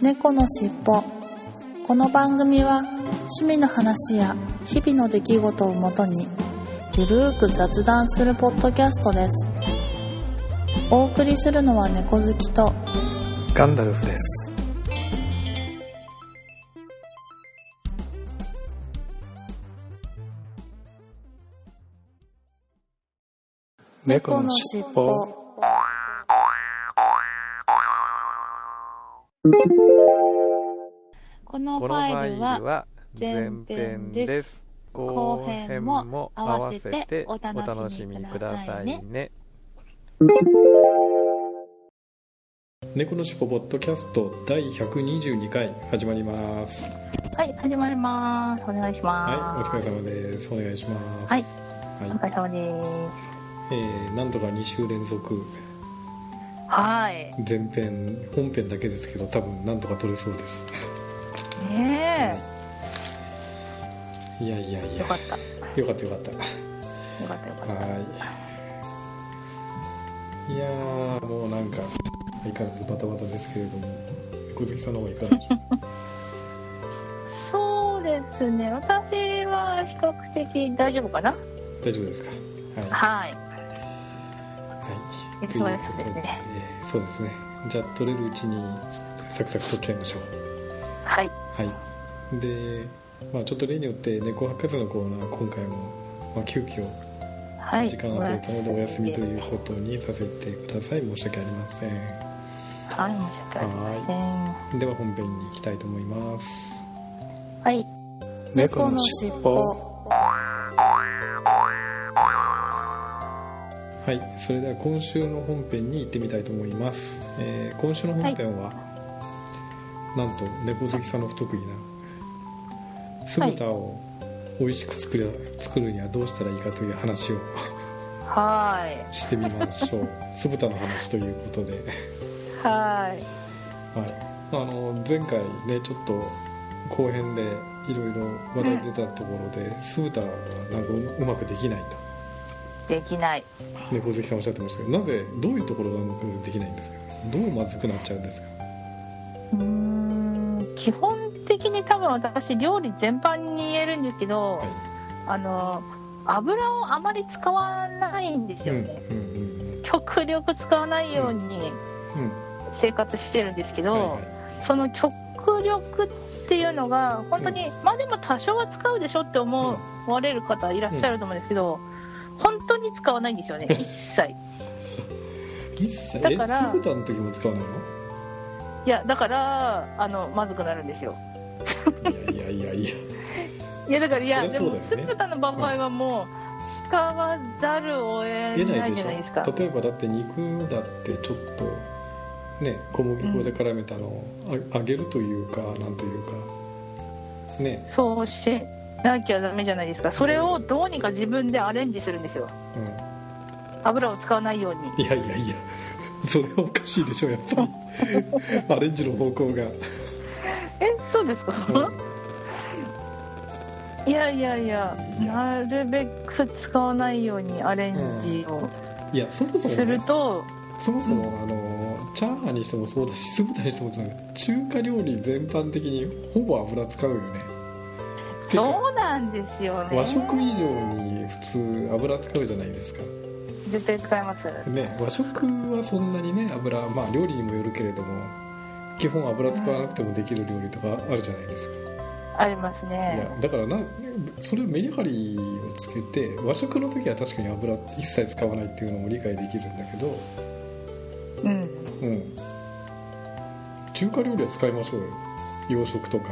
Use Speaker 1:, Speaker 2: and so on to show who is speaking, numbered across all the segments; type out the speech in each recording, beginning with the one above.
Speaker 1: 猫のしっぽこの番組は趣味の話や日々の出来事をもとにゆるーく雑談するポッドキャストですお送りするのは猫好きと
Speaker 2: ガンダルフです。猫のしっぽ。
Speaker 3: こ
Speaker 4: この
Speaker 3: のフ
Speaker 4: フ
Speaker 3: ァ
Speaker 4: ァ
Speaker 3: イ
Speaker 4: イ
Speaker 3: ル
Speaker 4: ル
Speaker 3: は
Speaker 4: は前編です。後編も合わせてお楽しみくださいね。
Speaker 2: 猫のしっぽポッドキャスト第122回始まります。
Speaker 5: はい、始まります。お願いし
Speaker 2: はい、
Speaker 5: ま
Speaker 2: お疲れ様です。お願いします。
Speaker 5: はい
Speaker 2: はい。
Speaker 5: す。お疲れ様です。
Speaker 2: えーなんとか2週連続
Speaker 5: はい。
Speaker 2: 前編本編だけですけど多分なんとか撮れそうです
Speaker 5: ね
Speaker 2: いやいやい
Speaker 5: え。
Speaker 2: や
Speaker 5: よかった。
Speaker 2: よかったよかった
Speaker 5: よかったよかった。
Speaker 2: はいいやーもうなんか相変わらずバタバタですけれども小月さんの方はいかがでしょ
Speaker 5: そうですね。私は比較的大丈夫かな
Speaker 2: う大丈夫ですかはい、は
Speaker 5: はい。
Speaker 2: い、
Speaker 5: いつもですね
Speaker 2: ということでえーそうですねじゃあ取れるうちにサクサク取っちゃいましょう
Speaker 5: はい。
Speaker 2: はいでまあちょっと例によって猫博士のコーナー今回も、まあ、急遽
Speaker 5: はい。
Speaker 2: 時間が取れたのでお休みということにさせてください申し訳ありません
Speaker 5: はい、申し訳ありません。
Speaker 2: では本編に行きたいと思います
Speaker 5: はい。
Speaker 1: 猫のしっぽ
Speaker 2: はいそれでは今週の本編に行ってみたいと思います、えー今週の本編は、なんと猫好きさんの不得意な酢豚を美味しく作る作るにはどうしたらいいかという話を
Speaker 5: は
Speaker 2: してみまし ょう酢豚の話ということで
Speaker 5: い。はい。
Speaker 2: はい、あの前回ねちょっと後編でいろいろ話題出たところで酢豚がなんかううまくできないと
Speaker 5: できない。
Speaker 2: 猫好きさんおっしゃってましたけどなぜどういうところがうまくできないんですかどうまずくなっちゃうんですか
Speaker 5: うーん。基本的に多分私、料理全般に言えるんですけど、
Speaker 2: はい
Speaker 5: あの、油をあまり使わないんですよ
Speaker 2: うん
Speaker 5: ね。
Speaker 2: うんうん
Speaker 5: 極力使わないように
Speaker 2: うん
Speaker 5: 生活してるんですけど、
Speaker 2: はいはい
Speaker 5: その極力っていうのが本当に、まあでも多少は使うでしょって思われる方いらっしゃると思うんですけど、本当に使わないんですよね一切
Speaker 2: 一切
Speaker 5: だから
Speaker 2: え酢豚の時も使わないの
Speaker 5: いやだからあのまずくなるんですよ
Speaker 2: いやいやいや いや
Speaker 5: いやだからいや
Speaker 2: そりゃ
Speaker 5: でも
Speaker 2: そうだよね
Speaker 5: 酢豚の場合はもう使わざるを得ない
Speaker 2: 得
Speaker 5: じゃ
Speaker 2: ないでし
Speaker 5: ないですか
Speaker 2: ょ例えばだって肉だってちょっとね小麦粉で絡めたのをあ揚げるというかなんというかね
Speaker 5: そうしなきゃダメじゃないですかそれをどうにか自分でアレンジするんですよ
Speaker 2: うん
Speaker 5: 油を使わないように
Speaker 2: いやいやいやそれはおかしいでしょやっぱりアレンジの方向が、
Speaker 5: えそうですか、いやいやいや
Speaker 2: いや
Speaker 5: なるべく使わないようにアレンジを
Speaker 2: いやそもそ
Speaker 5: す
Speaker 2: もね、
Speaker 5: ると、
Speaker 2: そもそもあのチャーハンにしてもそうだし酢豚にしてもそうだけど中華料理全般的にほぼ油使うよねてか
Speaker 5: そうなんですよね
Speaker 2: 和食以上に普通油使うじゃないですか
Speaker 5: 絶対使います
Speaker 2: ね和食はそんなにね油まあ料理にもよるけれども基本油使わなくてもできる料理とかあるじゃないですか
Speaker 5: あります
Speaker 2: い
Speaker 5: ね
Speaker 2: やだからなそれメリハリをつけて和食の時は確かに油一切使わないっていうのも理解できるんだけど、
Speaker 5: うん
Speaker 2: うん、中華料理は使いましょうよ洋食とか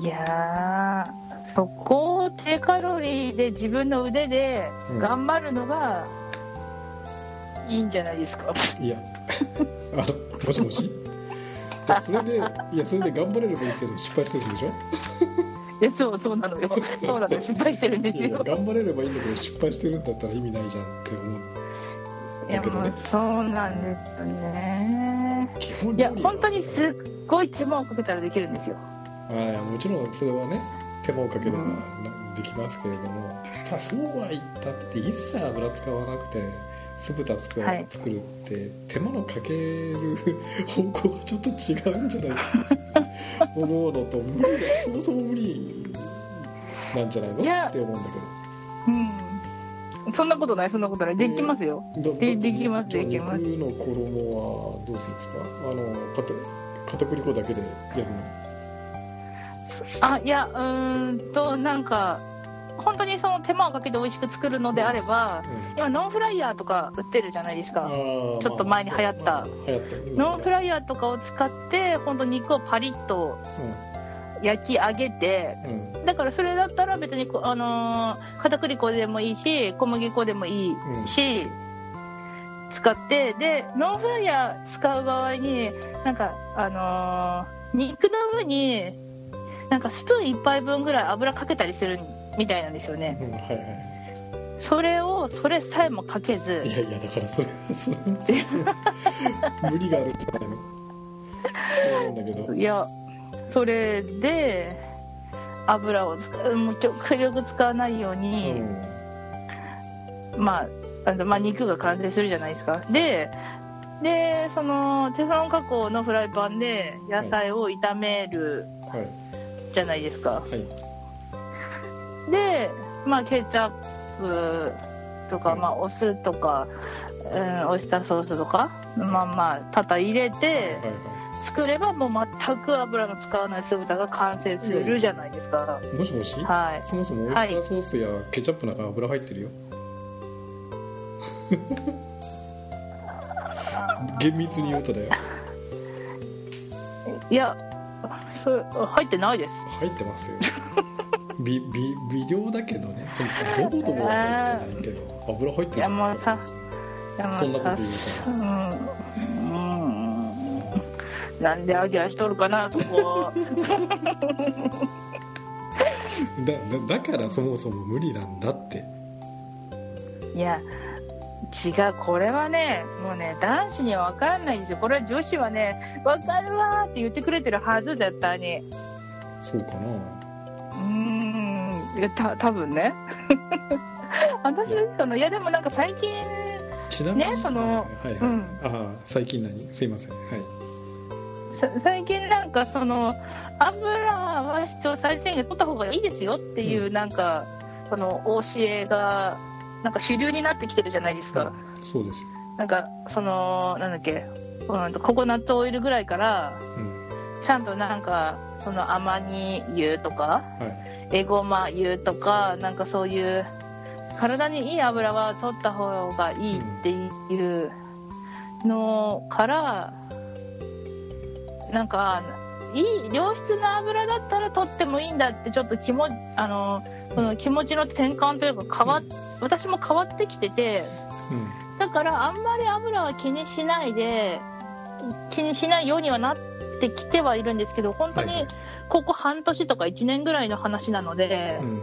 Speaker 5: いやーそこを低カロリーで自分の腕で
Speaker 2: うん
Speaker 5: 頑張るのがいいんじゃないですか、
Speaker 2: いや あのもしもしいやそれでいやそれで頑張れればいいけど失敗してるんでしょ
Speaker 5: えそうそうなの よそうなの失敗してるんです
Speaker 2: いやいや
Speaker 5: よ
Speaker 2: 頑張れればいいんだけど失敗してるんだったら意味ないじゃんって思う
Speaker 5: いや
Speaker 2: だけど
Speaker 5: も
Speaker 2: ね
Speaker 5: うそうなんですね
Speaker 2: 基本
Speaker 5: いや
Speaker 2: 料理は
Speaker 5: 本当にすっごい手間をかけたらできるんですよ
Speaker 2: はいもちろんそれはね手間をかければ
Speaker 5: うん
Speaker 2: なできますけれども、ただそうは言ったって一切油使わなくて酢豚作る,、
Speaker 5: はい
Speaker 2: 作るって手間のかける方向がちょっと違うんじゃないか思うのと無理だそもそも無理なんじゃないの
Speaker 5: いや
Speaker 2: って思うんだけど
Speaker 5: うんそんなことないそんなことないできますよ
Speaker 2: ど
Speaker 5: でできますできます
Speaker 2: 僕の衣はどうするんですかあの片片栗粉だけでやるの
Speaker 5: あいやうーんとなんか本当にその手間をかけて美味しく作るのであれば今ノンフライヤーとか売ってるじゃないです
Speaker 2: あ
Speaker 5: か
Speaker 2: ー
Speaker 5: ちょっと前に流行った
Speaker 2: まあ流行ったね
Speaker 5: ノンフライヤーとかを使って本当肉をパリッと焼き上げて
Speaker 2: うんうん
Speaker 5: だからそれだったら別にこ、あのー片栗粉でもいいし小麦粉でもいい
Speaker 2: うん
Speaker 5: し、使ってでノンフライヤー使う場合になんか、あのー肉の上になんかスプーン1杯分ぐらい油かけたりするみたいなんですよね
Speaker 2: うんはいは
Speaker 5: それをそれさえもかけず
Speaker 2: いいやいやだからそれ それ それ無理があるんじゃないのって思うんだけど
Speaker 5: いやそれで油を使うもう極力使わないように。まあ、あのまあ肉が完成するじゃないですかででそのテフロン加工のフライパンで野菜を炒める
Speaker 2: うんはい
Speaker 5: じゃないですか、
Speaker 2: はい
Speaker 5: で、まあ、ケチャップとか、
Speaker 2: うん
Speaker 5: まあ、お酢とか、うん、オイスターソースとかまあまあたた入れて
Speaker 2: はいはい
Speaker 5: 作ればもう全く油の使わない酢豚が完成するじゃないですか、
Speaker 2: もしもし、
Speaker 5: はい
Speaker 2: そもそもオイスターソースやケチャップなんか油入って るよ、厳密に言うとだよ
Speaker 5: いやそれ入ってないです
Speaker 2: 入ってますよびび微量だけどねそのドボドボは入ってないけど油入ってる
Speaker 5: いやもうさいや
Speaker 2: そ
Speaker 5: も
Speaker 2: ん
Speaker 5: う
Speaker 2: なこと
Speaker 5: さ
Speaker 2: 言う
Speaker 5: うんうんなんでアギアしとるかなそこ
Speaker 2: とだだだからそもそも無理なんだって
Speaker 5: いや違うこれはねもうね男子には分かんないんですよこれは女子はね分かるわーって言ってくれてるはずだったにう
Speaker 2: そうかな
Speaker 5: ーんいやた多分ね 私そのいやでもなんか最近
Speaker 2: ちなみに
Speaker 5: ねその
Speaker 2: はいはい、
Speaker 5: うん
Speaker 2: ああ最近何すいませんはい
Speaker 5: さ最近なんかその油は主張最低限取った方がいいですよっていううなんか、その教えがなんか主流になってきてるじゃないですか、
Speaker 2: そうですよ
Speaker 5: なんかそのなんだっけうんとココナッツオイルぐらいから
Speaker 2: うん
Speaker 5: ちゃんとなんかその甘煮油とか
Speaker 2: はい
Speaker 5: エゴマ油とかなんかそういう体にいい油は取った方がいいっていうのからなんかいい良質な油だったら取ってもいいんだってちょっと気もあのその気持ちの転換というか変わっ私も変わってきてて。
Speaker 2: うん
Speaker 5: だからあんまり油は気にしないで気にしないようにはなってきてはいるんですけど本当
Speaker 2: はいは
Speaker 5: に
Speaker 2: い
Speaker 5: ここ半年とか1年ぐらいの話なので、
Speaker 2: うん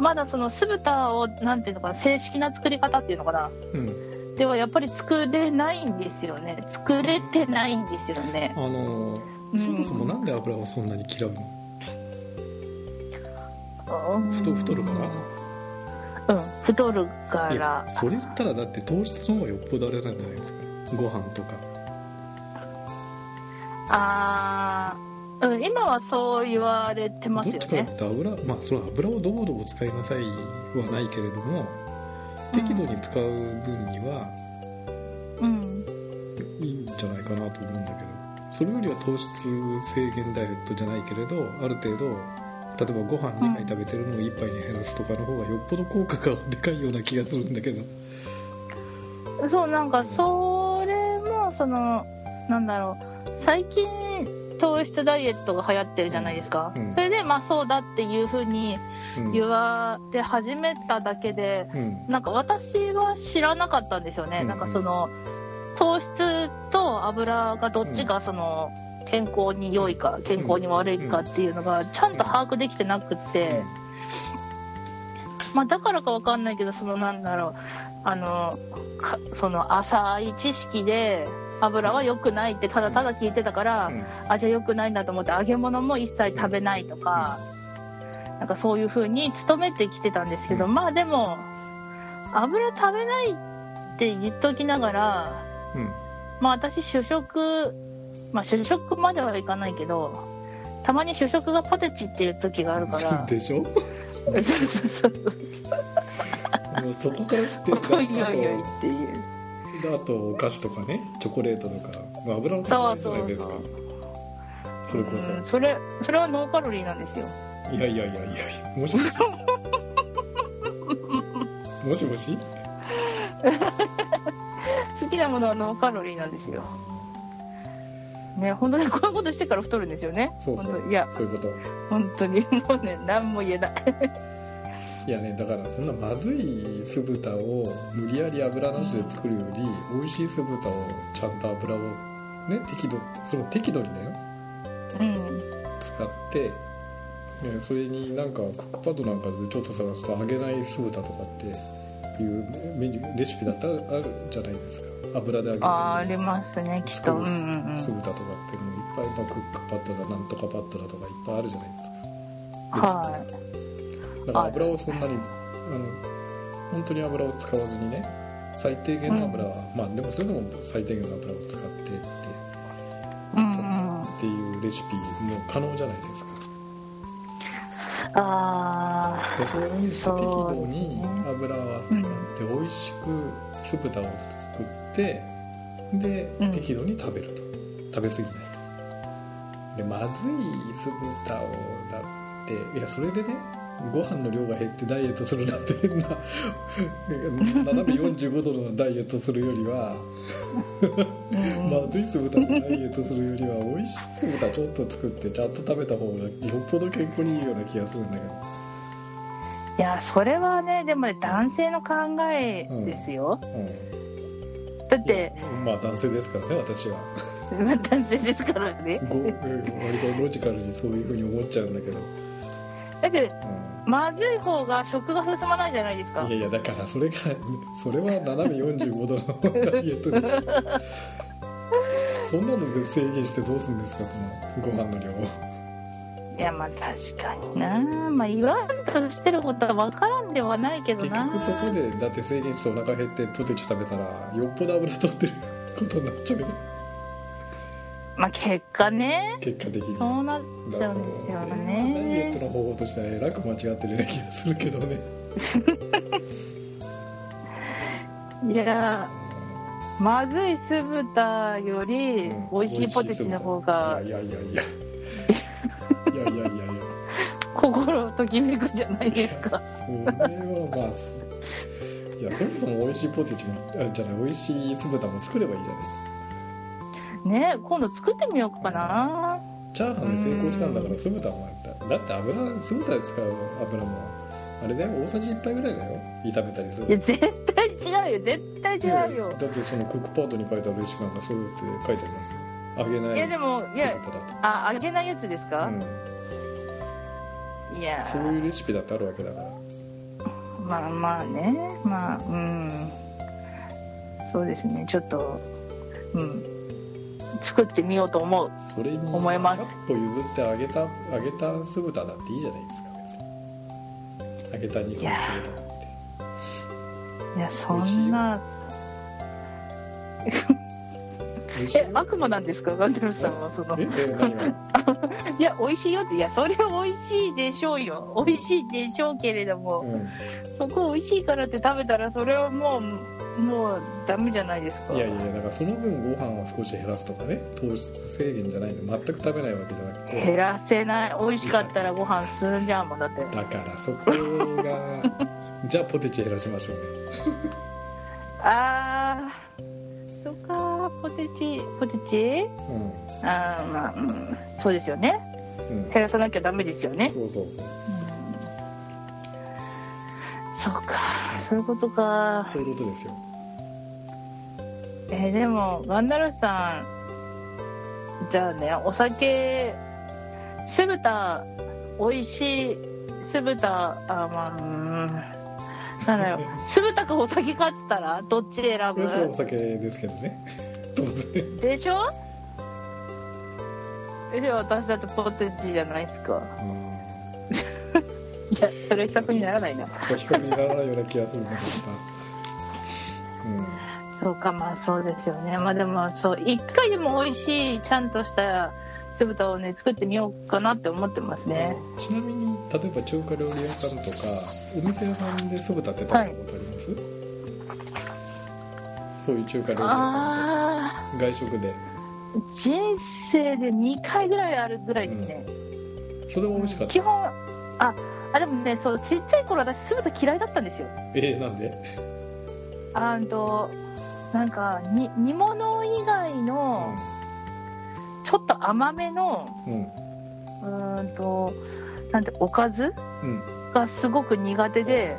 Speaker 5: まだその酢豚をなんていうのかな正式な作り方っていうのかな
Speaker 2: うん
Speaker 5: ではやっぱり作れないんですよね作れてないんですよね
Speaker 2: あの
Speaker 5: うん
Speaker 2: そもそもなんで油はそんなに嫌うの、太太るから
Speaker 5: うん太るか
Speaker 2: いや
Speaker 5: ら
Speaker 2: それ言ったらだって糖質の方がよっぽどあれなんじゃないですかご飯とか
Speaker 5: あーうん今はそう言われてます
Speaker 2: ど
Speaker 5: よ
Speaker 2: っちか
Speaker 5: ね
Speaker 2: って油まあその油をどぼどぼ使いなさいはないけれども適度に使う分には
Speaker 5: うん
Speaker 2: いいんじゃないかなと思うんだけどそれよりは糖質制限ダイエットじゃないけれどある程度例えばご飯2杯食べてるのを1杯に減らすとかの方がよっぽど効果がでかいような気がするんだけど
Speaker 5: そうなんかそれもそのなんだろう最近糖質ダイエットが流行ってるじゃないですか、
Speaker 2: うん
Speaker 5: それでまあそうだっていうふうに
Speaker 2: うん
Speaker 5: 言われ始めただけで
Speaker 2: うん
Speaker 5: なんか私は知らなかったんですよね、
Speaker 2: うん
Speaker 5: なんかその糖質と油がどっちがその健康に良いか健康に悪いかっていうのがちゃんと把握できてなくって。まあ、だからかわかんないけどそのなんだろうあのかその浅い知識で油は良くないってただただ聞いてたから、
Speaker 2: うん
Speaker 5: あじゃあ良くないんだと思って揚げ物も一切食べないとか、なんかそういう風に努めてきてたんですけど、
Speaker 2: うん
Speaker 5: まあでも油食べないって言っときながら
Speaker 2: うん
Speaker 5: まあ私主食まあ主食まではいかないけどたまに主食がポテチっていう時があるから
Speaker 2: でしょ
Speaker 5: そうそう
Speaker 2: もうそこから来て
Speaker 5: そ
Speaker 2: る
Speaker 5: うおいおいおいっていう
Speaker 2: あとお菓子とかねチョコレートとか、まあ、油のつかないじゃないですかそれこそ、
Speaker 5: うんそれそれはノーカロリーなんですよ
Speaker 2: いやいやいやいやもしもしもしもし
Speaker 5: 好きなものはノーカロリーなんですよね本当にこういうことしてから太るんですよね
Speaker 2: そうそ
Speaker 5: 本当
Speaker 2: う
Speaker 5: いや
Speaker 2: そういうこと
Speaker 5: 本当にもうね何も言えない
Speaker 2: いやねだからそんなまずい酢豚を無理やり油なしで作るより美味しい酢豚をちゃんと油をね適度その適度にだよ
Speaker 5: うん
Speaker 2: 使って、ね、それになんかクックパッドなんかでちょっと探すと揚げない酢豚とかっていうメニューレシピだったらあるじゃないですか油で揚げず
Speaker 5: あ
Speaker 2: に
Speaker 5: あありますねきっとうんうんう
Speaker 2: 酢
Speaker 5: ん
Speaker 2: 豚とかってもういっぱい、まあ、クックパッドだなんとかパッドだとかいっぱいあるじゃないですか
Speaker 5: は
Speaker 2: だから油をそんなに、あの本当に油を使わずにね最低限の油は、まあでもそれでも最低限の油を使ってって
Speaker 5: いうんうん
Speaker 2: っていうレシピも可能じゃないですか
Speaker 5: あ
Speaker 2: でそれを適
Speaker 5: そう
Speaker 2: 度に油は使って美味しく酢豚を作ってで
Speaker 5: うん
Speaker 2: 適度に食べると食べ過ぎないとでまずい酢豚をだっていやそれでねご飯の量が減ってダイエットするなんて変な 斜め45度のダイエットするよりは
Speaker 5: ーうん
Speaker 2: まずい酢豚でダイエットするよりは美味しい酢豚ちょっと作ってちゃんと食べた方がよっぽど健康にいいような気がするんだけど
Speaker 5: いやそれはねでもね男性の考えですよ、
Speaker 2: うん
Speaker 5: だって
Speaker 2: まあ男性ですからね私は
Speaker 5: まあ男性ですからね
Speaker 2: ご割とロジカルにそういうふうに思っちゃうんだけど、
Speaker 5: だって
Speaker 2: う
Speaker 5: まずい方が食が進まないじゃないですか
Speaker 2: ん、いやいやだからそれがそれは斜め45度のダイエットでしょそんなので制限してどうするんですかそのご飯の量を
Speaker 5: いやまあ確かになまあ言わんとしてることは分からんではないけど
Speaker 2: 結
Speaker 5: な
Speaker 2: 局そこでだって制限してお腹減ってポテチ食べたらよっぽど油取ってることになっちゃうけど
Speaker 5: まあ結果ね
Speaker 2: 結果的に
Speaker 5: そうなっちゃ
Speaker 2: だか
Speaker 5: うん
Speaker 2: ら
Speaker 5: ですよ
Speaker 2: ダイエッ
Speaker 5: ね
Speaker 2: トの方法としてはえらく間違ってるような気がするけどね
Speaker 5: いやまずい酢豚より美味しいポテチの方が
Speaker 2: いやいやいやいやいやいやいやいや
Speaker 5: 心ときめくじゃないですか
Speaker 2: それはまあすいやそもそも美味しいポテチもあじゃない美味しい酢豚も作ればいいじゃないですか
Speaker 5: ね今度作ってみようかな
Speaker 2: チャーハンで成功したんだから酢豚もあっただって油酢豚で使う油もあれだよ大さじ1杯ぐらいだよ炒めたりする
Speaker 5: いや絶対違うよ絶対違うよ
Speaker 2: だってそのクックパートに書いてあるレシピなんかそういうって書いてありますよ揚げない
Speaker 5: いやでもいや
Speaker 2: 酢豚だと
Speaker 5: あ揚げないやつですか、
Speaker 2: うん
Speaker 5: いや
Speaker 2: そういうレシピだってあるわけだから
Speaker 5: まあまあねまあうんそうですねちょっとうん作ってみようと思う
Speaker 2: それに
Speaker 5: 思います
Speaker 2: 100歩譲ってあげたあげた酢豚だっていいじゃないですか別にあげた肉の酢豚だって
Speaker 5: いやそんな
Speaker 2: 美味しい
Speaker 5: え悪魔なんですかガンダルフさんはその
Speaker 2: ええ何が
Speaker 5: いや美味しいよっていやそれは美味しいでしょうよ美味しいでしょうけれど
Speaker 2: う
Speaker 5: も、
Speaker 2: ん
Speaker 5: そこ美味しいからって食べたらそれはもうもうダメじゃないですか
Speaker 2: いやいやだからその分ご飯を少し減らすとかね糖質制限じゃないんで全く食べないわけじゃなく
Speaker 5: 減
Speaker 2: て
Speaker 5: らせない美味しかったらご飯進んじゃうもんだって
Speaker 2: だからそこがじゃあポテチ減らしましょうね
Speaker 5: あーそっかポテチポテチあーまあ、うん、そうですよね
Speaker 2: うん、うん、
Speaker 5: 減らさなきゃダメですよね、
Speaker 2: そうそうそう
Speaker 5: そうかそういうことか
Speaker 2: そういうことですよ
Speaker 5: えーでもガンダルフさんじゃあねお酒酢豚美味しい酢豚あまあうんなんだろう酢豚かお酒かっつったらどっち選
Speaker 2: これそれはお
Speaker 5: ぶ
Speaker 2: 酒ですけどね当然
Speaker 5: でしょえ私だってポテチじゃないですか
Speaker 2: うん
Speaker 5: いやそれ比較にならないな
Speaker 2: 比較にならないような気がするんだけどさうん
Speaker 5: そうかまあそうですよねまあでもそう一回でも美味しいちゃんとした酢豚をね作ってみようかなって思ってますね
Speaker 2: ちなみに例えば中華料理屋さんとかお店屋さんで酢豚って食べたことあります、はい、そういう中華料理屋さん外食で
Speaker 5: 人生で2回ぐらいあるぐらいですね、
Speaker 2: うん、それも美味しかった
Speaker 5: 基本ああでもねそうちっちゃい頃私酢豚嫌いだったんですよ
Speaker 2: えー、なんで
Speaker 5: あとなんかに煮物以外の、ちょっと甘めの、うん、うんとなんておかず、うん、がすごく苦手で、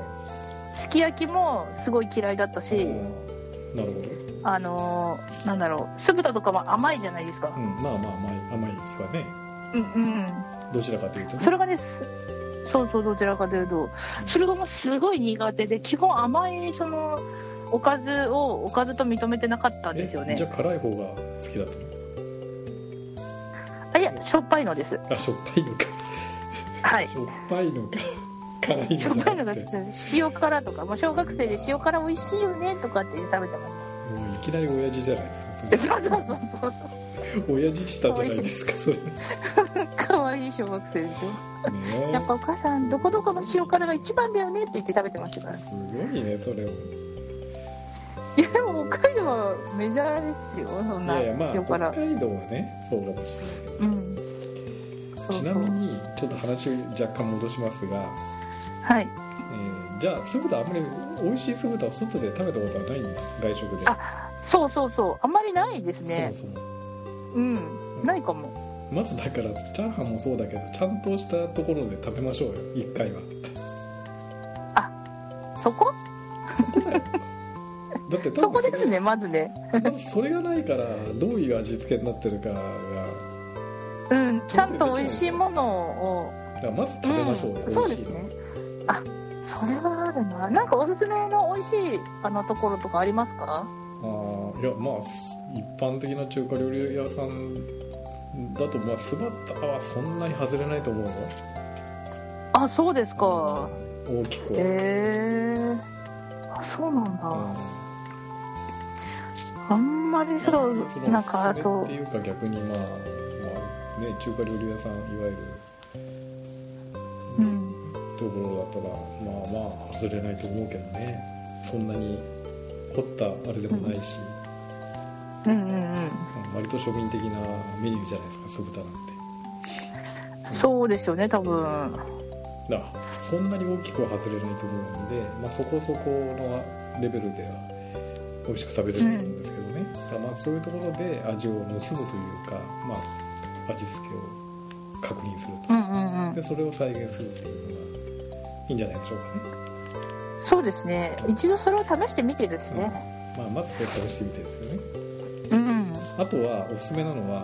Speaker 5: すき焼きもすごい嫌いだったし、
Speaker 2: なるほど
Speaker 5: あのー、なんだろう酢豚とかも甘いじゃないですか、
Speaker 2: うん、まあまあ甘い甘いですわね
Speaker 5: うん
Speaker 2: うんどちらかというと、ね、
Speaker 5: それがねそうそうどちらかというとそれがもうすごい苦手で基本甘いそのおかずをおかずと認めてなかったんですよね
Speaker 2: じゃあ辛い方が好きだった
Speaker 5: あいやしょっぱいのです
Speaker 2: あしょっぱいのか
Speaker 5: はい
Speaker 2: しょっぱいのか辛いの
Speaker 5: しょっぱいのが好き塩辛とか、まあ、小学生で塩辛美味しいよねとかって食べてました
Speaker 2: もういきなり親父じゃないです
Speaker 5: かそれそうそうそう
Speaker 2: そう親父したじゃないですかそれ
Speaker 5: 可愛い小学生でしょ、ね、やっぱお母さんどこどこの塩辛が一番だよねって言って食べてました から
Speaker 2: すごいねそれを
Speaker 5: いやでも北海道はメジャーですよそんな塩辛、
Speaker 2: まあ、北海道はねそうかもしれないけど、うん、そうそうちなみにちょっと話を若干戻しますが
Speaker 5: はい、
Speaker 2: えー、じゃあ酢豚あんまり美味しい酢豚を外で食べたことはないんだ外食で
Speaker 5: あそうそうそうあんまりないですね
Speaker 2: そうそう
Speaker 5: うんないかも
Speaker 2: まずだからチャーハンもそうだけどちゃんとしたところで食べましょうよ一回は
Speaker 5: あそこ
Speaker 2: そこだよだって
Speaker 5: そこですねまずね
Speaker 2: それがないからどういう味付けになってるか
Speaker 5: がうんちゃんと美味しいものを
Speaker 2: だからまず食べましょう、
Speaker 5: うん、そうですねあそれはあるななんかおすすめの美味しいあのところとかありますか
Speaker 2: あいやまあ一般的な中華料理屋さんだとまあスバッタはそんなに外れないと思うよ
Speaker 5: あそうですか
Speaker 2: 大きく
Speaker 5: へえー、あそうなんだ、うんあんまりそう、そなんかあと。
Speaker 2: っていうか逆にまあ、まあね、中華料理屋さん、いわゆる、
Speaker 5: うん、
Speaker 2: ところだったら、まあまあ、外れないと思うけどね、そんなに凝ったあれでもないし、
Speaker 5: うん、うんうんうん
Speaker 2: 割と庶民的なメニューじゃないですか、酢豚なんて。
Speaker 5: そうですよね、多分。
Speaker 2: だそんなに大きくは外れないと思うんで、まあ、そこそこのレベルでは美味しく食べれると思うんですけどね、うん、まあそういうところで味を盗むというか、まあ、味付けを確認すると、
Speaker 5: うんうんうん、
Speaker 2: でそれを再現するっていうのがいいんじゃないでしょうかね
Speaker 5: そうですね一度それを試してみてですね、
Speaker 2: うん、まあ、まずそれを試してみてですよね、
Speaker 5: うん、
Speaker 2: あとはおすすめなのは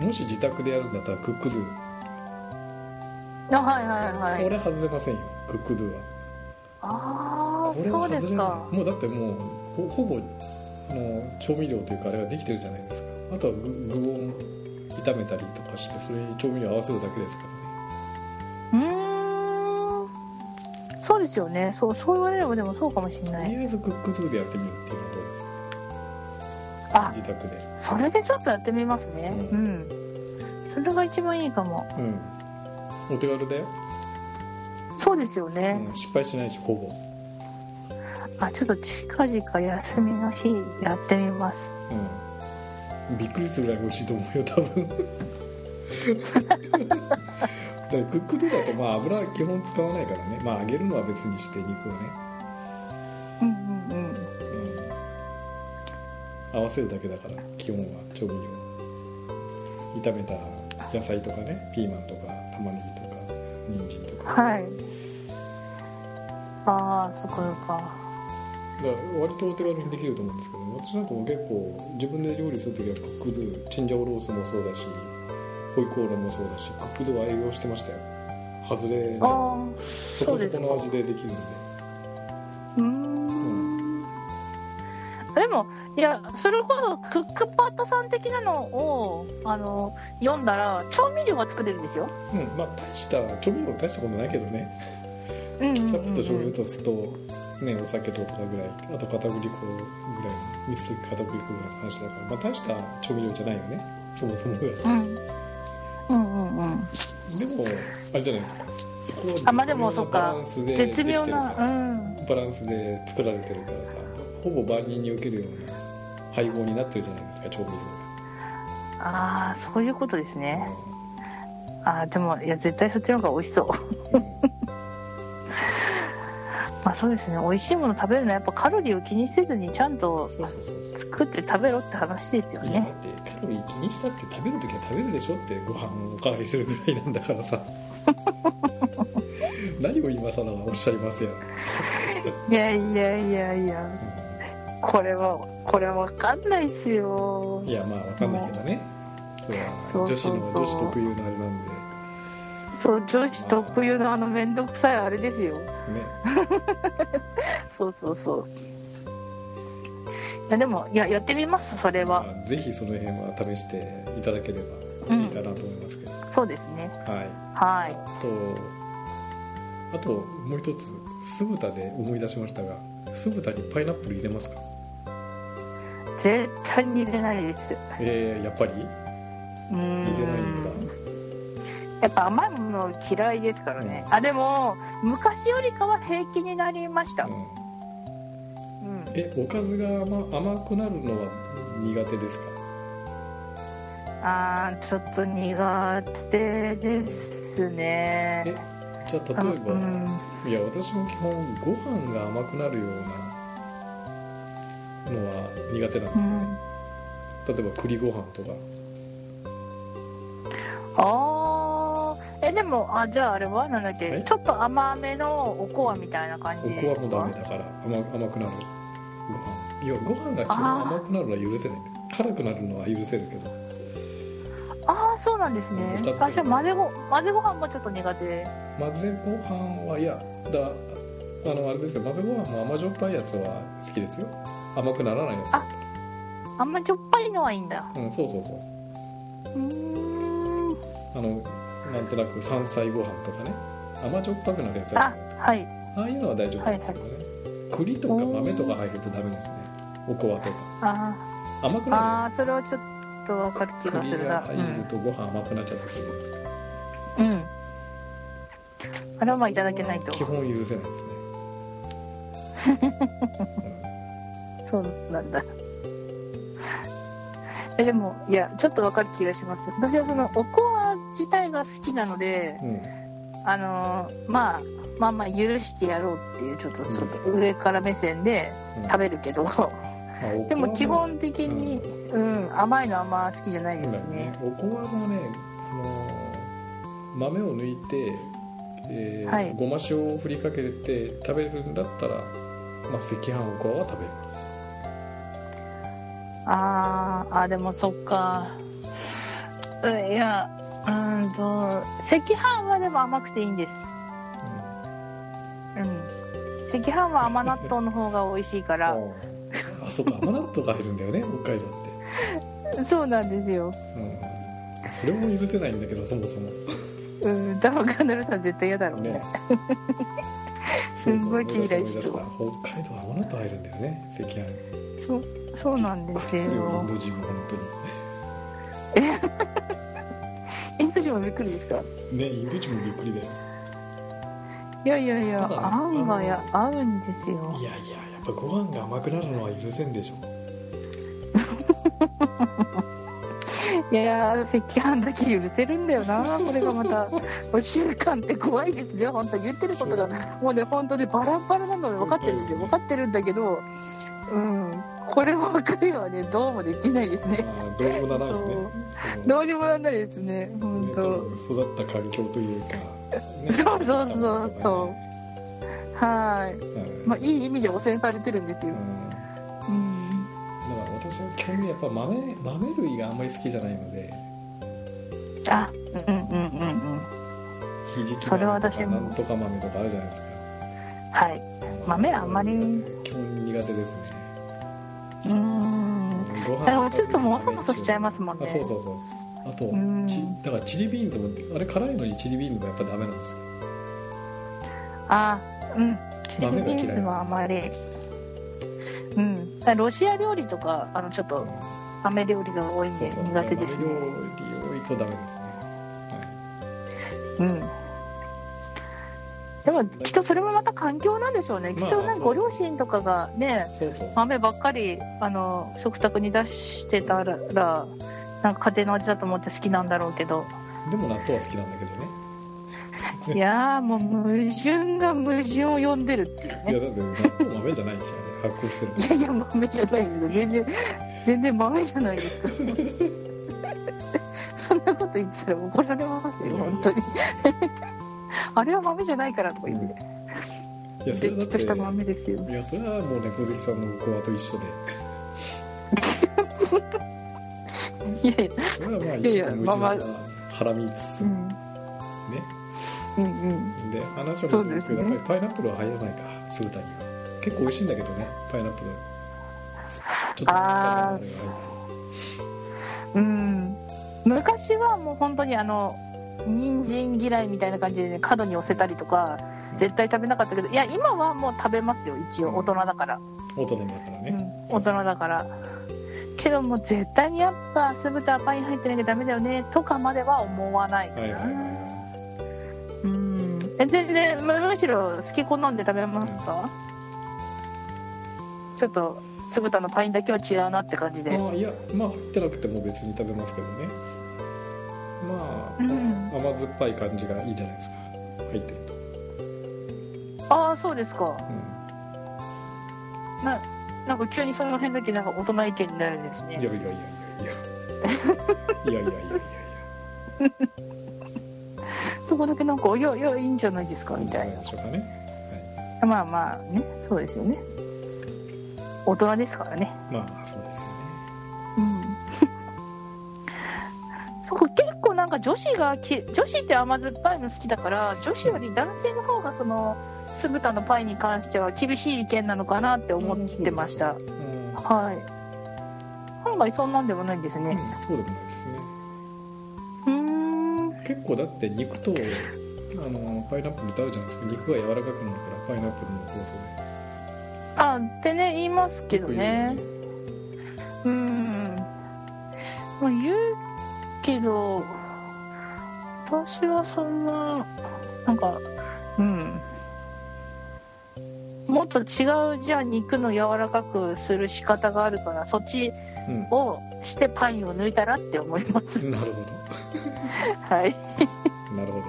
Speaker 2: もし自宅でやるんだったらクックドゥ
Speaker 5: あはいはいはい
Speaker 2: これ外れませんよクックドゥは
Speaker 5: ああそうですか
Speaker 2: もうだってもうほほぼあの調味料というかあれができてるじゃないですかあとは具具を炒めたりとかしてそれに調味料合わせるだけですから
Speaker 5: ねうんそうですよねそうそう言われればでもそうかもしれない
Speaker 2: とりあえずクックドゥでやってみるっていうのはどうですか
Speaker 5: あ
Speaker 2: 自宅で
Speaker 5: それでちょっとやってみますね、うん、うん、それが一番いいかも
Speaker 2: うんお手軽だよ
Speaker 5: そうですよね、
Speaker 2: うん、失敗しないしほぼ
Speaker 5: あちょっと近々休みの日やってみます、
Speaker 2: うん、びっくりするぐらい美味しいと思うよ多分だクックドゥだとまあ油は基本使わないからねまあ揚げるのは別にして肉をね
Speaker 5: うんうんうん、うん、
Speaker 2: 合わせるだけだから基本は調味料炒めた野菜とかねピーマンとか玉ねぎとか人参と
Speaker 5: かはいああそこか
Speaker 2: 割とお手軽にできると思うんですけど、ね、私なんかも結構自分で料理する時はクックドゥチンジャオロースもそうだしホイコーローもそうだしクックドゥは愛用してましたよ外れで、ね、そこそこの味でできるんで
Speaker 5: うんでもいやそれこそクックパッドさん的なのをあの読んだら調味料が作れるんですよ
Speaker 2: うんまあ大した調味料大したことないけどねケチャップと醤油と酢とね、お酒ととかぐらいあと片栗粉ぐらい水溶き片栗粉ぐらいの話だから、まあ、大した調味料じゃないよねそもそもがでも
Speaker 5: うんうんうんうん
Speaker 2: あれじゃないですかそこは
Speaker 5: あまあでもそっか
Speaker 2: バランスでできて
Speaker 5: 絶
Speaker 2: る
Speaker 5: 妙
Speaker 2: から
Speaker 5: なうん
Speaker 2: バランスで作られてるからさほぼ万人に受けるような配合になってるじゃないですか調味料
Speaker 5: ああそういうことです
Speaker 2: が
Speaker 5: ねああでもいや絶対そっちの方が美味しそう まあそうですね美味しいもの食べるのはやっぱカロリーを気にせずにちゃん
Speaker 2: うん
Speaker 5: と
Speaker 2: そうそうそうそう
Speaker 5: 作って食べろって話ですよ
Speaker 2: いやだ
Speaker 5: ね
Speaker 2: ってカロリー気にしたって食べるときは食べるでしょってご飯をおかわりするぐらいなんだから さ何を今更おっしゃいますや、うん
Speaker 5: いやいやいやいやこれはこれわかんないっすよ
Speaker 2: いやまあわかんないけどねそれ
Speaker 5: そ
Speaker 2: は
Speaker 5: う
Speaker 2: 女子
Speaker 5: そう
Speaker 2: の
Speaker 5: そう
Speaker 2: 女子特有のあれなんで
Speaker 5: そう女子特有のあの面倒くさいあれですよ
Speaker 2: ね
Speaker 5: そうそうそういやでもいややってみますそれは
Speaker 2: まあぜひその辺は試していただければいいかなと思いますけど、
Speaker 5: そうですね
Speaker 2: はい
Speaker 5: はい
Speaker 2: とあともう一つ酢豚で思い出しましたが酢豚にパイナップル入れますか
Speaker 5: 絶対に入れないです
Speaker 2: えー、やっぱり入
Speaker 5: うーん
Speaker 2: れないんだ
Speaker 5: やっぱ甘いもの嫌いですからねあでも昔よりかは平気になりました、
Speaker 2: うん
Speaker 5: うん、
Speaker 2: えおかずが甘甘くなるのは苦手ですか
Speaker 5: あーちょっと苦手ですね
Speaker 2: じゃあ例え
Speaker 5: あ
Speaker 2: ば、
Speaker 5: うん
Speaker 2: いや私も基本ご飯が甘くなるようなのは苦手なんで
Speaker 5: う
Speaker 2: すね、
Speaker 5: ん
Speaker 2: 例えば栗ご飯とか
Speaker 5: あーえでもあじゃああれはなんだっ
Speaker 2: え
Speaker 5: けちょっと甘めのおこわみたいな感
Speaker 2: お
Speaker 5: じ
Speaker 2: こわもダメだから甘甘くなるご飯いやご飯が基本
Speaker 5: あー
Speaker 2: 甘くなるのは許せない辛くなるのは許せるけど
Speaker 5: ああそうなんです
Speaker 2: お
Speaker 5: ね
Speaker 2: かず
Speaker 5: あじゃあ混ぜご混ぜご飯もちょっと苦手
Speaker 2: 混ぜご飯はいやだあのあれですよ混ぜご飯も甘じょっぱいやつは好きですよ甘くならないやつ
Speaker 5: ああんまりしょっぱいのはいいんだ
Speaker 2: うんそうそうそう
Speaker 5: うーん
Speaker 2: あのなんとなく山菜ご飯とかね甘じょっぱくなるやつあ
Speaker 5: あ
Speaker 2: るじゃないですか
Speaker 5: はい
Speaker 2: ああいうのは大丈夫なんですけどね、栗とか豆とか入るとダメですねおこわとか
Speaker 5: あ
Speaker 2: 甘く
Speaker 5: ー
Speaker 2: な
Speaker 5: あ
Speaker 2: る
Speaker 5: ーそれはちょっとわかる気
Speaker 2: じゃ
Speaker 5: が
Speaker 2: ない
Speaker 5: す
Speaker 2: で
Speaker 5: る
Speaker 2: すか栗
Speaker 5: な
Speaker 2: が入るとご飯甘くなっちゃったりするんですか
Speaker 5: うん、うん、あれはまあいただけないと
Speaker 2: 基本許せないですね、
Speaker 5: そうなんだ。えでもいやちょっとわかる気がします私はそのおこわ自体が好きなので
Speaker 2: うん
Speaker 5: あのーまあまあまあ許してやろうっていうちょっとちょっと上から目線で
Speaker 2: うん
Speaker 5: 食べる けど
Speaker 2: まあおこわ
Speaker 5: でも基本的に、うん、甘いのはあんま好きじゃない
Speaker 2: そう
Speaker 5: です
Speaker 2: だよ
Speaker 5: ね
Speaker 2: ねおこわもね、あのー豆を抜いて、えー
Speaker 5: はい
Speaker 2: ごま塩を振りかけて食べるんだったら、まあ、赤飯おこわは食べる
Speaker 5: あーあーでもそっかうんいやうんと赤飯はでも甘くていいんですうん赤飯は甘納豆の方が美味しいか ら
Speaker 2: うんあそうか甘納豆が入るんだよね 北海道って、
Speaker 5: そうなんですよ。
Speaker 2: うん、それも許せないんだけどそもそも
Speaker 5: うん、ダマカヌルさん絶対嫌だろうね。
Speaker 2: ね
Speaker 5: すんごい嫌いしそう
Speaker 2: そうそう思い出した北海道は甘納豆入るんだよね赤飯
Speaker 5: そう、そうなんです
Speaker 2: すよイ
Speaker 5: よ
Speaker 2: ン。ド人も本当に
Speaker 5: インド人もびっくりですか。
Speaker 2: ねインド人もびっくりだよ
Speaker 5: いやいやいや、
Speaker 2: ただね
Speaker 5: あんがや、合うんですよ
Speaker 2: い。やいややっぱご飯が甘くなるのは許せんでしょ
Speaker 5: いやいや、赤飯だけ許せるんだよな、これがまた。も う習慣って怖いですね、本当言ってることが、もうね、本当にバラバラなので分かってるんですよ、分かってるんだけど。うん、こればっかりはね、どうもできないですね。
Speaker 2: まあどうもならないねそ
Speaker 5: ど
Speaker 2: の
Speaker 5: うにもなんないですね、本
Speaker 2: ね
Speaker 5: 当。
Speaker 2: 多分育った環境というか、ね
Speaker 5: そうそうそうそはい。
Speaker 2: う、ん
Speaker 5: まあ、いい意味で汚染されてるんです
Speaker 2: う
Speaker 5: よ。
Speaker 2: んだ
Speaker 5: うん。
Speaker 2: から私は基本的にやっぱ豆豆類があんまり好きじゃないので
Speaker 5: あ、うんうんうんうん。
Speaker 2: ひじき
Speaker 5: それは
Speaker 2: 豆と
Speaker 5: 私
Speaker 2: か
Speaker 5: も
Speaker 2: なんとか豆とかあるじゃないですか
Speaker 5: はい。豆あんまり
Speaker 2: 基本苦手です ね
Speaker 5: うーん。だ
Speaker 2: ご飯
Speaker 5: からちょっともそもそしちゃいますもんね。
Speaker 2: あそうそうそうあと
Speaker 5: うん
Speaker 2: ちだからチリビーンズもあれ辛いのにチリビーンズもやっぱダメなんですよ
Speaker 5: あ、うん。チリ
Speaker 2: 豆が嫌い
Speaker 5: ビーズはあまり。うん。ロシア料理とか、あの、ちょっと、豆料理が多いんで苦手ですね
Speaker 2: そうそう豆料理多いとダメですね、
Speaker 5: うんでもきっとそれもまた環境なんでしょうね、きっとなんかご両親とかがね
Speaker 2: そうそうそう
Speaker 5: 豆ばっかりあの食卓に出してたらなんか家庭の味だと思って好きなんだろうけ ど
Speaker 2: でも納豆は好きなんだけどね
Speaker 5: いやーもう矛盾が矛盾を呼んでるっていうね
Speaker 2: いやだって納豆豆じゃないしあれ発酵してる
Speaker 5: いやいや豆じゃないですよ全然全然豆じゃない ですかそんなこと言ったら怒られますよ本当に あれは豆じゃないからとか 言って
Speaker 2: いやそ
Speaker 5: れ
Speaker 2: れ
Speaker 5: っ
Speaker 2: だっ
Speaker 5: と
Speaker 2: て
Speaker 5: した豆ですよ
Speaker 2: いやそれはもう猫好きさんのコアと一緒で
Speaker 5: いやいや
Speaker 2: それはまあ
Speaker 5: いやい
Speaker 2: 一
Speaker 5: や
Speaker 2: 番
Speaker 5: まあまあ
Speaker 2: うちのハラミつつ
Speaker 5: う
Speaker 2: ね
Speaker 5: んうんうん
Speaker 2: で話は
Speaker 5: そ
Speaker 2: 戻
Speaker 5: う
Speaker 2: るん
Speaker 5: で
Speaker 2: ですす
Speaker 5: ね
Speaker 2: けど、やっぱりパイナップルは入らないか鶴田には結構美味しいんだけどねパイナップルちょっと酸っぱい
Speaker 5: あー
Speaker 2: あれが入って
Speaker 5: うん昔はもう本当にあの人参嫌いみたいな感じで、ね、角に寄せたりとか絶対食べなかったけどいや今はもう食べますよ一応大人だから、
Speaker 2: 大人だから
Speaker 5: うん
Speaker 2: ね、
Speaker 5: 大人だからけどもう絶対にやっぱ酢豚はパイン入ってなきゃダメだよねとかまでは思わないか
Speaker 2: はい
Speaker 5: な、
Speaker 2: はいはいは
Speaker 5: うんえ全然むむしろ好き好んで食べますかちょっと酢豚のパインだけは違うなって感じで
Speaker 2: いあーいやまあ入ってなくても別に食べますけどねまあ、
Speaker 5: うん
Speaker 2: 甘酸っぱい感じがいいじゃないですか入ってると、
Speaker 5: ああそうですか
Speaker 2: う
Speaker 5: なんか急にその辺だけなんか大人意見になるんです
Speaker 2: ん、い
Speaker 5: ね
Speaker 2: やいやいやいやいやいやいやいやいやい
Speaker 5: そこだけなんか「いやいやいいんじゃないですか」
Speaker 2: やいい
Speaker 5: み
Speaker 2: んじゃ
Speaker 5: た
Speaker 2: ないいでしょうかね
Speaker 5: なまあまあねそうですよね大人ですからね
Speaker 2: まあまあそうですよね
Speaker 5: うん そこ結構なんか女子がき女子って甘酸っぱいの好きだから女子より男性の方がその酢豚のパイに関しては厳しい意見なのかなって思ってました
Speaker 2: うん
Speaker 5: はい案外そんなんでもないんです
Speaker 2: うん
Speaker 5: ね
Speaker 2: そうでもないですね
Speaker 5: うーんうん
Speaker 2: 結構だって肉とあのパイナップルってあるじゃないですか肉が柔らかくなるからパイナップルの酵素で
Speaker 5: あってね言いますけどね
Speaker 2: よく言うよ
Speaker 5: うんまあ言うけど私はそんななんかうんもっと違うじゃあ肉の柔らかくする仕方があるからそっち
Speaker 2: ね
Speaker 5: をしてパインを抜いたらって思います
Speaker 2: うんなるほ
Speaker 5: はい
Speaker 2: どなるほ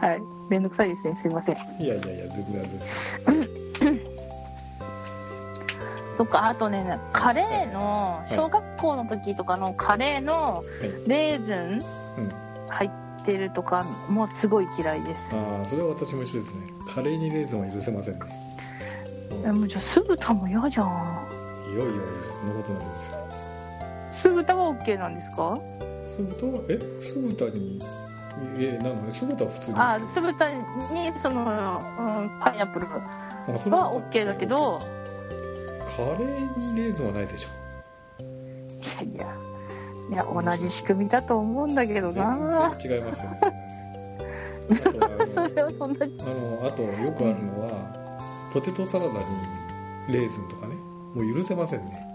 Speaker 5: はい面倒くさいですねすいません
Speaker 2: どいやいやいや全然あれです
Speaker 5: そっかあとねカレーの
Speaker 2: い
Speaker 5: 小学校の時とかのカレーの
Speaker 2: い
Speaker 5: レーズン
Speaker 2: うん
Speaker 5: 入ってるとかもすごい嫌いです
Speaker 2: ああそれは私も一緒ですねカレーにレーズンは許せませんね、うん、い
Speaker 5: え
Speaker 2: やい
Speaker 5: もうじゃあ酢豚も嫌じゃん
Speaker 2: やいやそんなことないですよ
Speaker 5: 酢豚は OK なんですか
Speaker 2: 酢豚はえ酢豚にえなのね酢豚は普通に
Speaker 5: あ酢豚にその、うん、パイナップルは
Speaker 2: あそれは
Speaker 5: OK だけど
Speaker 2: カレーにレーズンはないでしょ
Speaker 5: いやいやいや同じ仕組みだと思うんだけど
Speaker 2: 全
Speaker 5: な
Speaker 2: 然違いますよねそれはあとあ
Speaker 5: そ
Speaker 2: の
Speaker 5: れはそんな
Speaker 2: あのあとよくあるのは、ポテトサラダにレーズンとかねもう許せませんね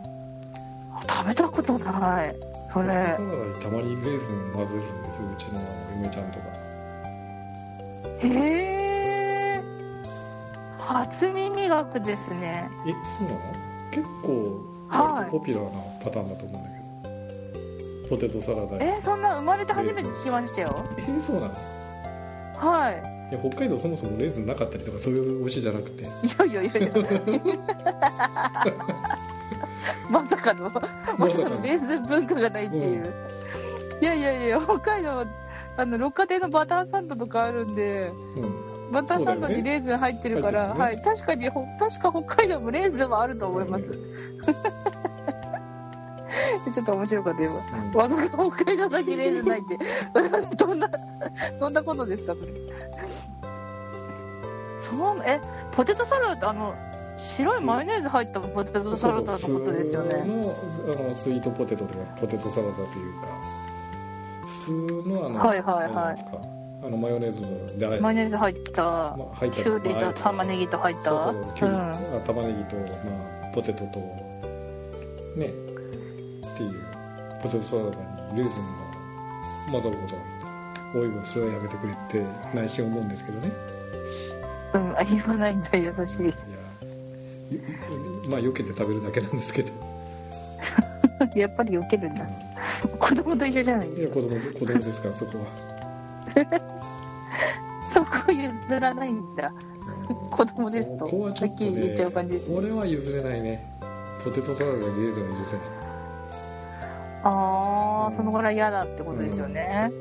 Speaker 5: 食べたことないそ
Speaker 2: ポテトサ
Speaker 5: れ
Speaker 2: ラダにたまにレーズン混ぜるんですようちの嫁ちゃんとか
Speaker 5: へえ初耳学ですね
Speaker 2: えそうなの結構
Speaker 5: はい
Speaker 2: 割とポピュラーなパターンだと思うんだけど、ポテトサラダに
Speaker 5: えそんな生まれて初めて聞きましたよ
Speaker 2: えーそうなの
Speaker 5: はい
Speaker 2: いや北海道そもそもレーズンなかったりとかそういう推しじゃなくて
Speaker 5: いやいやいやいやまさかの まさかのレーズン文化がないっていう、いやいやいや北海道はあの六花亭のバターサンドとかあるんで
Speaker 2: うん
Speaker 5: バターサンドにレーズン入ってるから、
Speaker 2: そうだ
Speaker 5: は
Speaker 2: よ
Speaker 5: い、確かにほ確か北海道もレーズンはあると思います、
Speaker 2: う
Speaker 5: ちょっと面白かった今
Speaker 2: うん
Speaker 5: わざわざ北海道だけレーズンないって どんなどんなことですかそれそうなえポテトサラダってあの白いマヨネーズ入ったポテトサラダのことですよね
Speaker 2: 普通のあのスイートポテトとかポテトサラダというか普通のあの、
Speaker 5: はいはいはい
Speaker 2: あれじゃないですかあのマヨネーズであえて
Speaker 5: マヨネーズ入った
Speaker 2: まあ入っ
Speaker 5: キ
Speaker 2: た
Speaker 5: ュウリと玉ね
Speaker 2: ぎ
Speaker 5: ぎと入った
Speaker 2: そうそうきゅうり
Speaker 5: ん
Speaker 2: あ玉ねぎと、まあ、ポテトとねっていうポテトサラダにレーズンが混ざることがあるんですおいはそれはやめてくれって内心思うんですけどね
Speaker 5: うんあ言わないんだ優しいいや
Speaker 2: まあ避けて食べるだけなんですけど
Speaker 5: やっぱり避けるんだ、うん、 子供と一緒じゃないです
Speaker 2: か子供子供ですからそこは
Speaker 5: そこ譲らないんだ、うん、子供ですと
Speaker 2: こはちょっと、ね、
Speaker 5: 言っちゃう感じです、
Speaker 2: ね、これは譲れないねポテトサラダにレーズンは許せない
Speaker 5: ああ、うん、そのぐらい嫌だってことですよね、
Speaker 2: う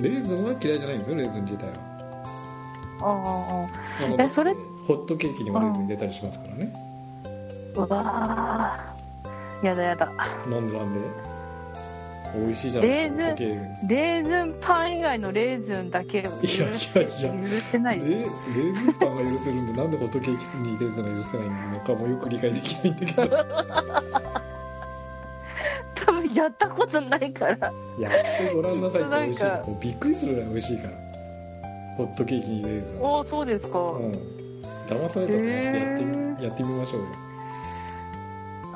Speaker 2: ん、レーズンは嫌いじゃないんですよレーズン自体は
Speaker 5: ああえそれ
Speaker 2: ホットケーキにもレーズン入れたりしますからね
Speaker 5: うわやだやだ
Speaker 2: なんでなんで美味しいじゃん
Speaker 5: レーズンレーズンパン以外のレーズンだけを許せないです
Speaker 2: レレーズンパンが許せるんでなんでホットケーキにレーズンが許せないのかもよく理解できないんだけど
Speaker 5: 多分やったことないから
Speaker 2: やってごらんなさいって美味しいもうびっくりするぐらい美味しいからホットケーキにレーズン
Speaker 5: ああそうですかうん
Speaker 2: 騙されたと思ってやってみ、えー、やってみましょうよ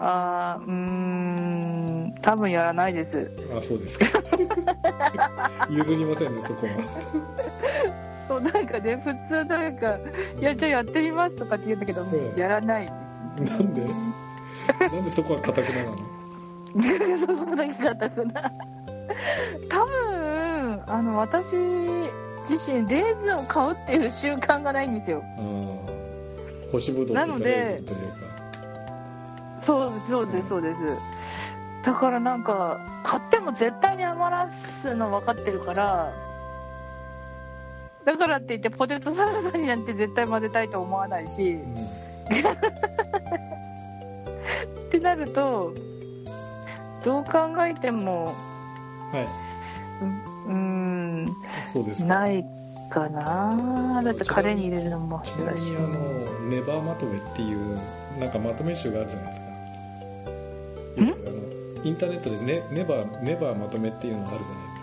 Speaker 5: あうん多分やらないです
Speaker 2: あそうですか 譲りませんねそこは
Speaker 5: そうなんかね普通なんか「いやじゃあやってみます」とかって言うんだけど、うん、やらないです、
Speaker 2: ね、なんでなんでそこはかたくなな の
Speaker 5: そこだけかたくな多分あの私自身レーズンを買うっていう習慣がないんですよ
Speaker 2: 干しぶどうとかレーズンというか
Speaker 5: そうそうですそうです、だからなんか買っても絶対に余らすの分かってるからだからって言ってポテトサラダになんて絶対混ぜたいと思わないし、うん、ってなるとどう考えても
Speaker 2: はい
Speaker 5: うん
Speaker 2: そうです
Speaker 5: ないかなだってカレーに入れるのもそうだし
Speaker 2: あのネバーまとめっていうなんかまとめ集があるじゃないですかあのインターネットでね「ネバーネバーまとめ」っていうのがあるじゃない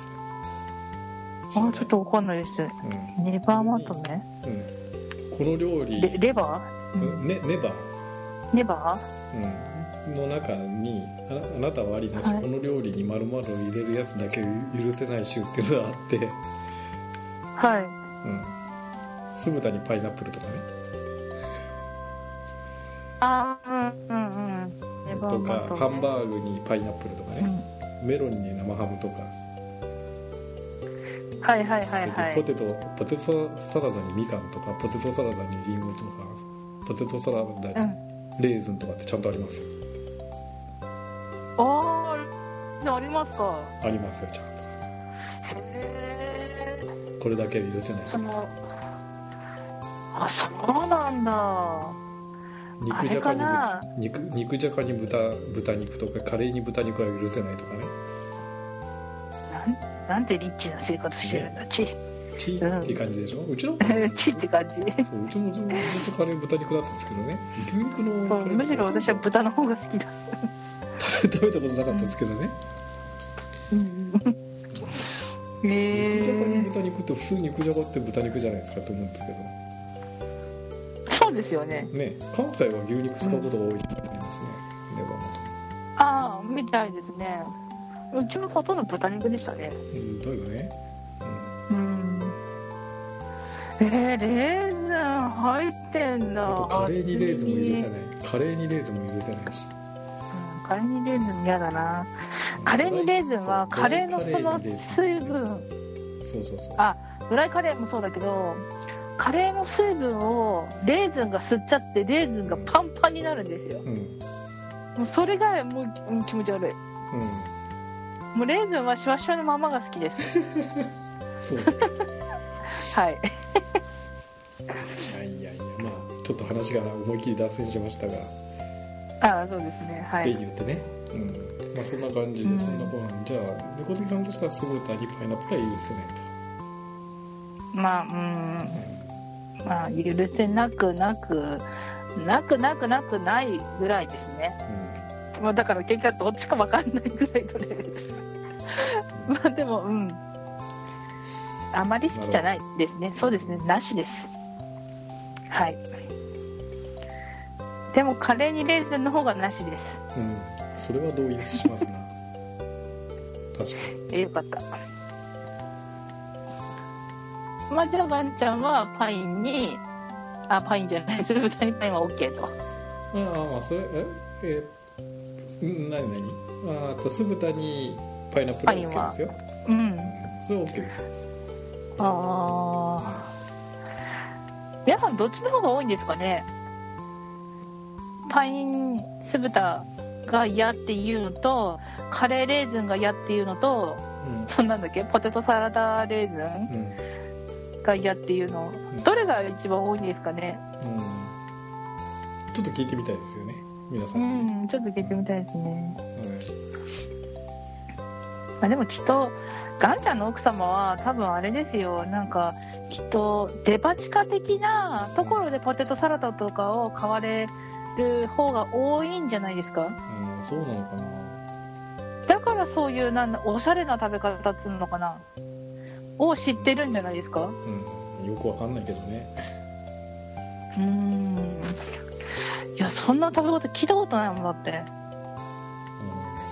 Speaker 2: ですか
Speaker 5: あちょっと分かんないです、うん、ネバーまとめ、
Speaker 2: うん、この料理
Speaker 5: レバ
Speaker 2: ー、ね、ネバ
Speaker 5: ーネバ
Speaker 2: ー、うん、の中にあ「あなたはありなし、はい、この料理にまるまるを入れるやつだけ許せない週」っていうのがあって
Speaker 5: はい、
Speaker 2: うん、酢豚にパイナップルとかね
Speaker 5: あうんうんうん
Speaker 2: とかハンバーグにパイナップルとかね、うん、メロンに生ハムとか
Speaker 5: はいはいはいはい
Speaker 2: ポテトポテトサラダにみかんとかポテトサラダにりんごとかポテトサラダにレーズンとかってちゃんとありますよ、
Speaker 5: うん、ああありますか
Speaker 2: ありますよちゃんと
Speaker 5: へえ
Speaker 2: これだけは許せない
Speaker 5: そのあそうなんだ
Speaker 2: 肉じゃかに肉肉じゃかに豚豚肉とかカレーに豚肉は許せないとかね
Speaker 5: なんなんてリッチな生活してるんだ、ね、チ
Speaker 2: チって感じでしょ、うん、うちの
Speaker 5: チって感じそう
Speaker 2: うちもずっとカレー豚肉だったんですけどね牛肉の
Speaker 5: そうむしろ私は豚の方が好きだ
Speaker 2: 食べたことなかったんですけどね
Speaker 5: うん、うん、え
Speaker 2: ー、肉じゃかに豚肉って普通肉じゃがって豚肉じゃないですかと思うんですけど
Speaker 5: そうですよね。
Speaker 2: ね、関西は牛肉使うことが多いってありますね。うん、
Speaker 5: ああ、みたいですね。うちはほとんど豚肉でしたね。
Speaker 2: うん、どういうね。
Speaker 5: うん。えー、レーズン入ってんだ。
Speaker 2: カレーにレーズンも許せない。カレーにレーズンも許せないし。
Speaker 5: うん、カレーにレーズン嫌だな。カレーにレーズンはカレーのその水分。
Speaker 2: そうそうそう。
Speaker 5: あ、ドライカレーもそうだけど。カレーの水分をレーズンが吸っちゃってレーズンがパンパンになるんですよ、うん、もうそれがもう気持ち悪い、うん、もうレーズンはシュワシュワのままが好きです
Speaker 2: そう
Speaker 5: はい
Speaker 2: いやいやいやまあちょっと話が思い切り脱線しましたが
Speaker 5: ああそうですねはい
Speaker 2: 例によってねうんまあそんな感じで、うん、そんなご飯じゃあ猫好きさんとしてはすごいパイナップルはいいですね
Speaker 5: とまあうんまあ、許せなくなくなくなくなくないぐらいですね、うん、まあ、だから結果どっちか分かんないぐらいのレベルです まあでもうんあまり好きじゃないですねそうですねなしですはいでもカレーにレーズンの方がなしです
Speaker 2: うんそれは同意しますな確か
Speaker 5: によかったまあじゃあワンちゃんはパインにあパインじゃないです豚にパインは OK と
Speaker 2: ああまあそれええん何何ああと酢豚にパイナップル
Speaker 5: パイン
Speaker 2: OK
Speaker 5: は
Speaker 2: ですよ
Speaker 5: うん
Speaker 2: それは OK ですよ
Speaker 5: ああ皆さんどっちの方が多いんですかねパイン酢豚が嫌っていうのとカレーレーズンが嫌っていうのと
Speaker 2: うん
Speaker 5: そんなんだっけポテトサラダレーズン
Speaker 2: うん
Speaker 5: が嫌っていうの
Speaker 2: うん
Speaker 5: どれが一番多いんですかね
Speaker 2: うんちょっと聞いてみたいですよね皆さ
Speaker 5: うん
Speaker 2: に、
Speaker 5: んちょっと聞いてみたいですね、
Speaker 2: はい
Speaker 5: まあ、でもきっとガンちゃんの奥様は多分あれですよなんかきっとデパ地下的なところでポテトサラダとかを買われる方が多いんじゃないですか
Speaker 2: うん、そうなのかな
Speaker 5: だからそういうなんだおしゃれな食べ方っつうのかなを知ってるんじゃないですか
Speaker 2: うんよくわかんないけどね
Speaker 5: うーんいやそんな食べ方聞いたことないもんだって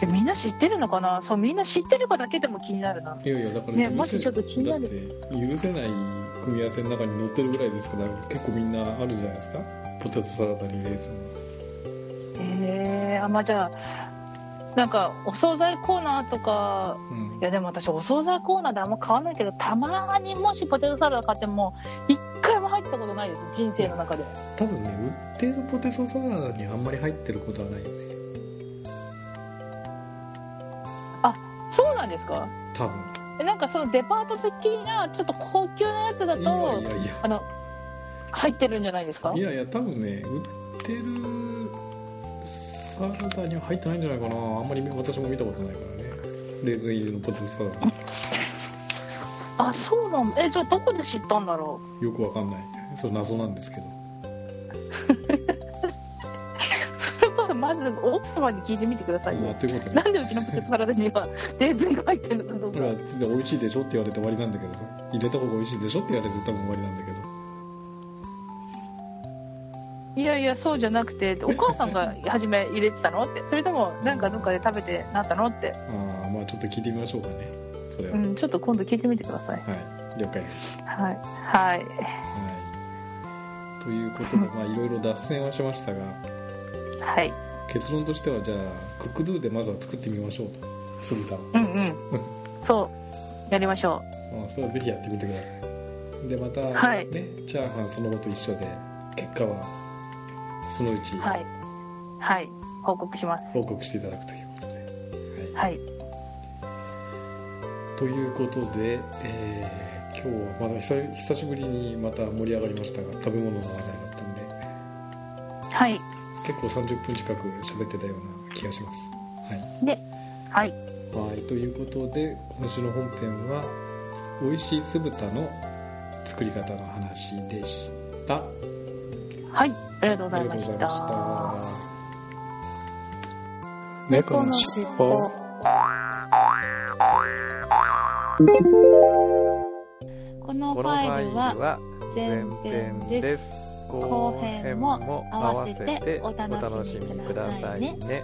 Speaker 2: うん
Speaker 5: えみんな知ってるのかなそうみんな知ってるかだけでも気になるない
Speaker 2: やいやだから
Speaker 5: ね
Speaker 2: 許せ
Speaker 5: もしちょっと気になる
Speaker 2: だって許せない組み合わせの中に載ってるぐらいですから結構みんなあるんじゃないですかポテトサラダにレーズン
Speaker 5: へえあまあじゃあなんかお惣菜コーナーとか
Speaker 2: うん
Speaker 5: いやでも私お惣菜コーナーであんま買わないけどたまにもしポテトサラダ買っても一回も入ってたことないです人生の中で
Speaker 2: 多分ね売ってるポテトサラダにあんまり入ってることはないよね
Speaker 5: そうなんですか
Speaker 2: 多分
Speaker 5: えなんかそのデパート的なちょっと高級なやつだ
Speaker 2: い
Speaker 5: と
Speaker 2: やいやいや
Speaker 5: あの入ってるんじゃないですか
Speaker 2: いやいや多分ね売ってるサラダには入ってないんじゃないかなあんまり私も見たことないからねレーズン入りのポテトサラ
Speaker 5: あそうなんえじゃあどこで知ったんだろ
Speaker 2: ダよくわかんないそう謎なんですけど
Speaker 5: うそれこそ まず奥様に聞いてみてください
Speaker 2: まあ
Speaker 5: よ
Speaker 2: ということで
Speaker 5: なんでうちのポテトサラダに はレーズンが入ってるのかどうか
Speaker 2: ほらついて美味しいでしょって言われて終わりなんだけどさ入れた方が美味しいでしょって言われて多分終わりなんだけど
Speaker 5: いやいやそうじゃなくてってお母さんが初め入れてたのってそれともなんかどっかで食べてなったのって、
Speaker 2: ああまあちょっと聞いてみましょうかねそれは、
Speaker 5: う
Speaker 2: は
Speaker 5: ん、ちょっと今度聞いてみてください
Speaker 2: い了解です、
Speaker 5: はいはい
Speaker 2: はい、ということ でまあいろいろ脱線はしましたが
Speaker 5: はい
Speaker 2: 結論としてはじゃあクックドゥでまずは作ってみましょうと酢豚を
Speaker 5: うんうんそうやりましょ
Speaker 2: うんそれはぜひやってみてくださいでまた、
Speaker 5: はい
Speaker 2: ねチャーハンその後と一緒で結果はそのうち
Speaker 5: うはいはい報告します
Speaker 2: 報告していただくということで、はい
Speaker 5: はい
Speaker 2: ということで、えー今日はまだ久々久しぶりにまた盛り上がりましたが食べ物の話題だったんで
Speaker 5: はい
Speaker 2: 結構30分近く喋ってたような気がします。
Speaker 5: は
Speaker 2: は
Speaker 5: い
Speaker 2: い、はいということで今週の本編は「美味しい酢豚の作り方の話」でした。あ
Speaker 5: はいありがとうござ
Speaker 2: り
Speaker 5: いま
Speaker 2: がとうご
Speaker 5: し
Speaker 2: ざいま
Speaker 5: た
Speaker 2: した。
Speaker 1: 猫のしっぽ
Speaker 3: この
Speaker 4: このフ
Speaker 3: ファイ
Speaker 4: ァイ
Speaker 3: ル
Speaker 4: ル
Speaker 3: は
Speaker 4: は前
Speaker 3: 前
Speaker 4: 編
Speaker 3: 編
Speaker 4: で
Speaker 3: ですす。
Speaker 4: 後編も合わせてお
Speaker 3: お
Speaker 4: 楽
Speaker 3: 楽
Speaker 4: し
Speaker 3: し
Speaker 4: み
Speaker 3: み
Speaker 4: く
Speaker 3: く
Speaker 4: だ
Speaker 3: だ
Speaker 4: さ
Speaker 3: さ
Speaker 4: い
Speaker 3: い
Speaker 4: ね
Speaker 3: ね。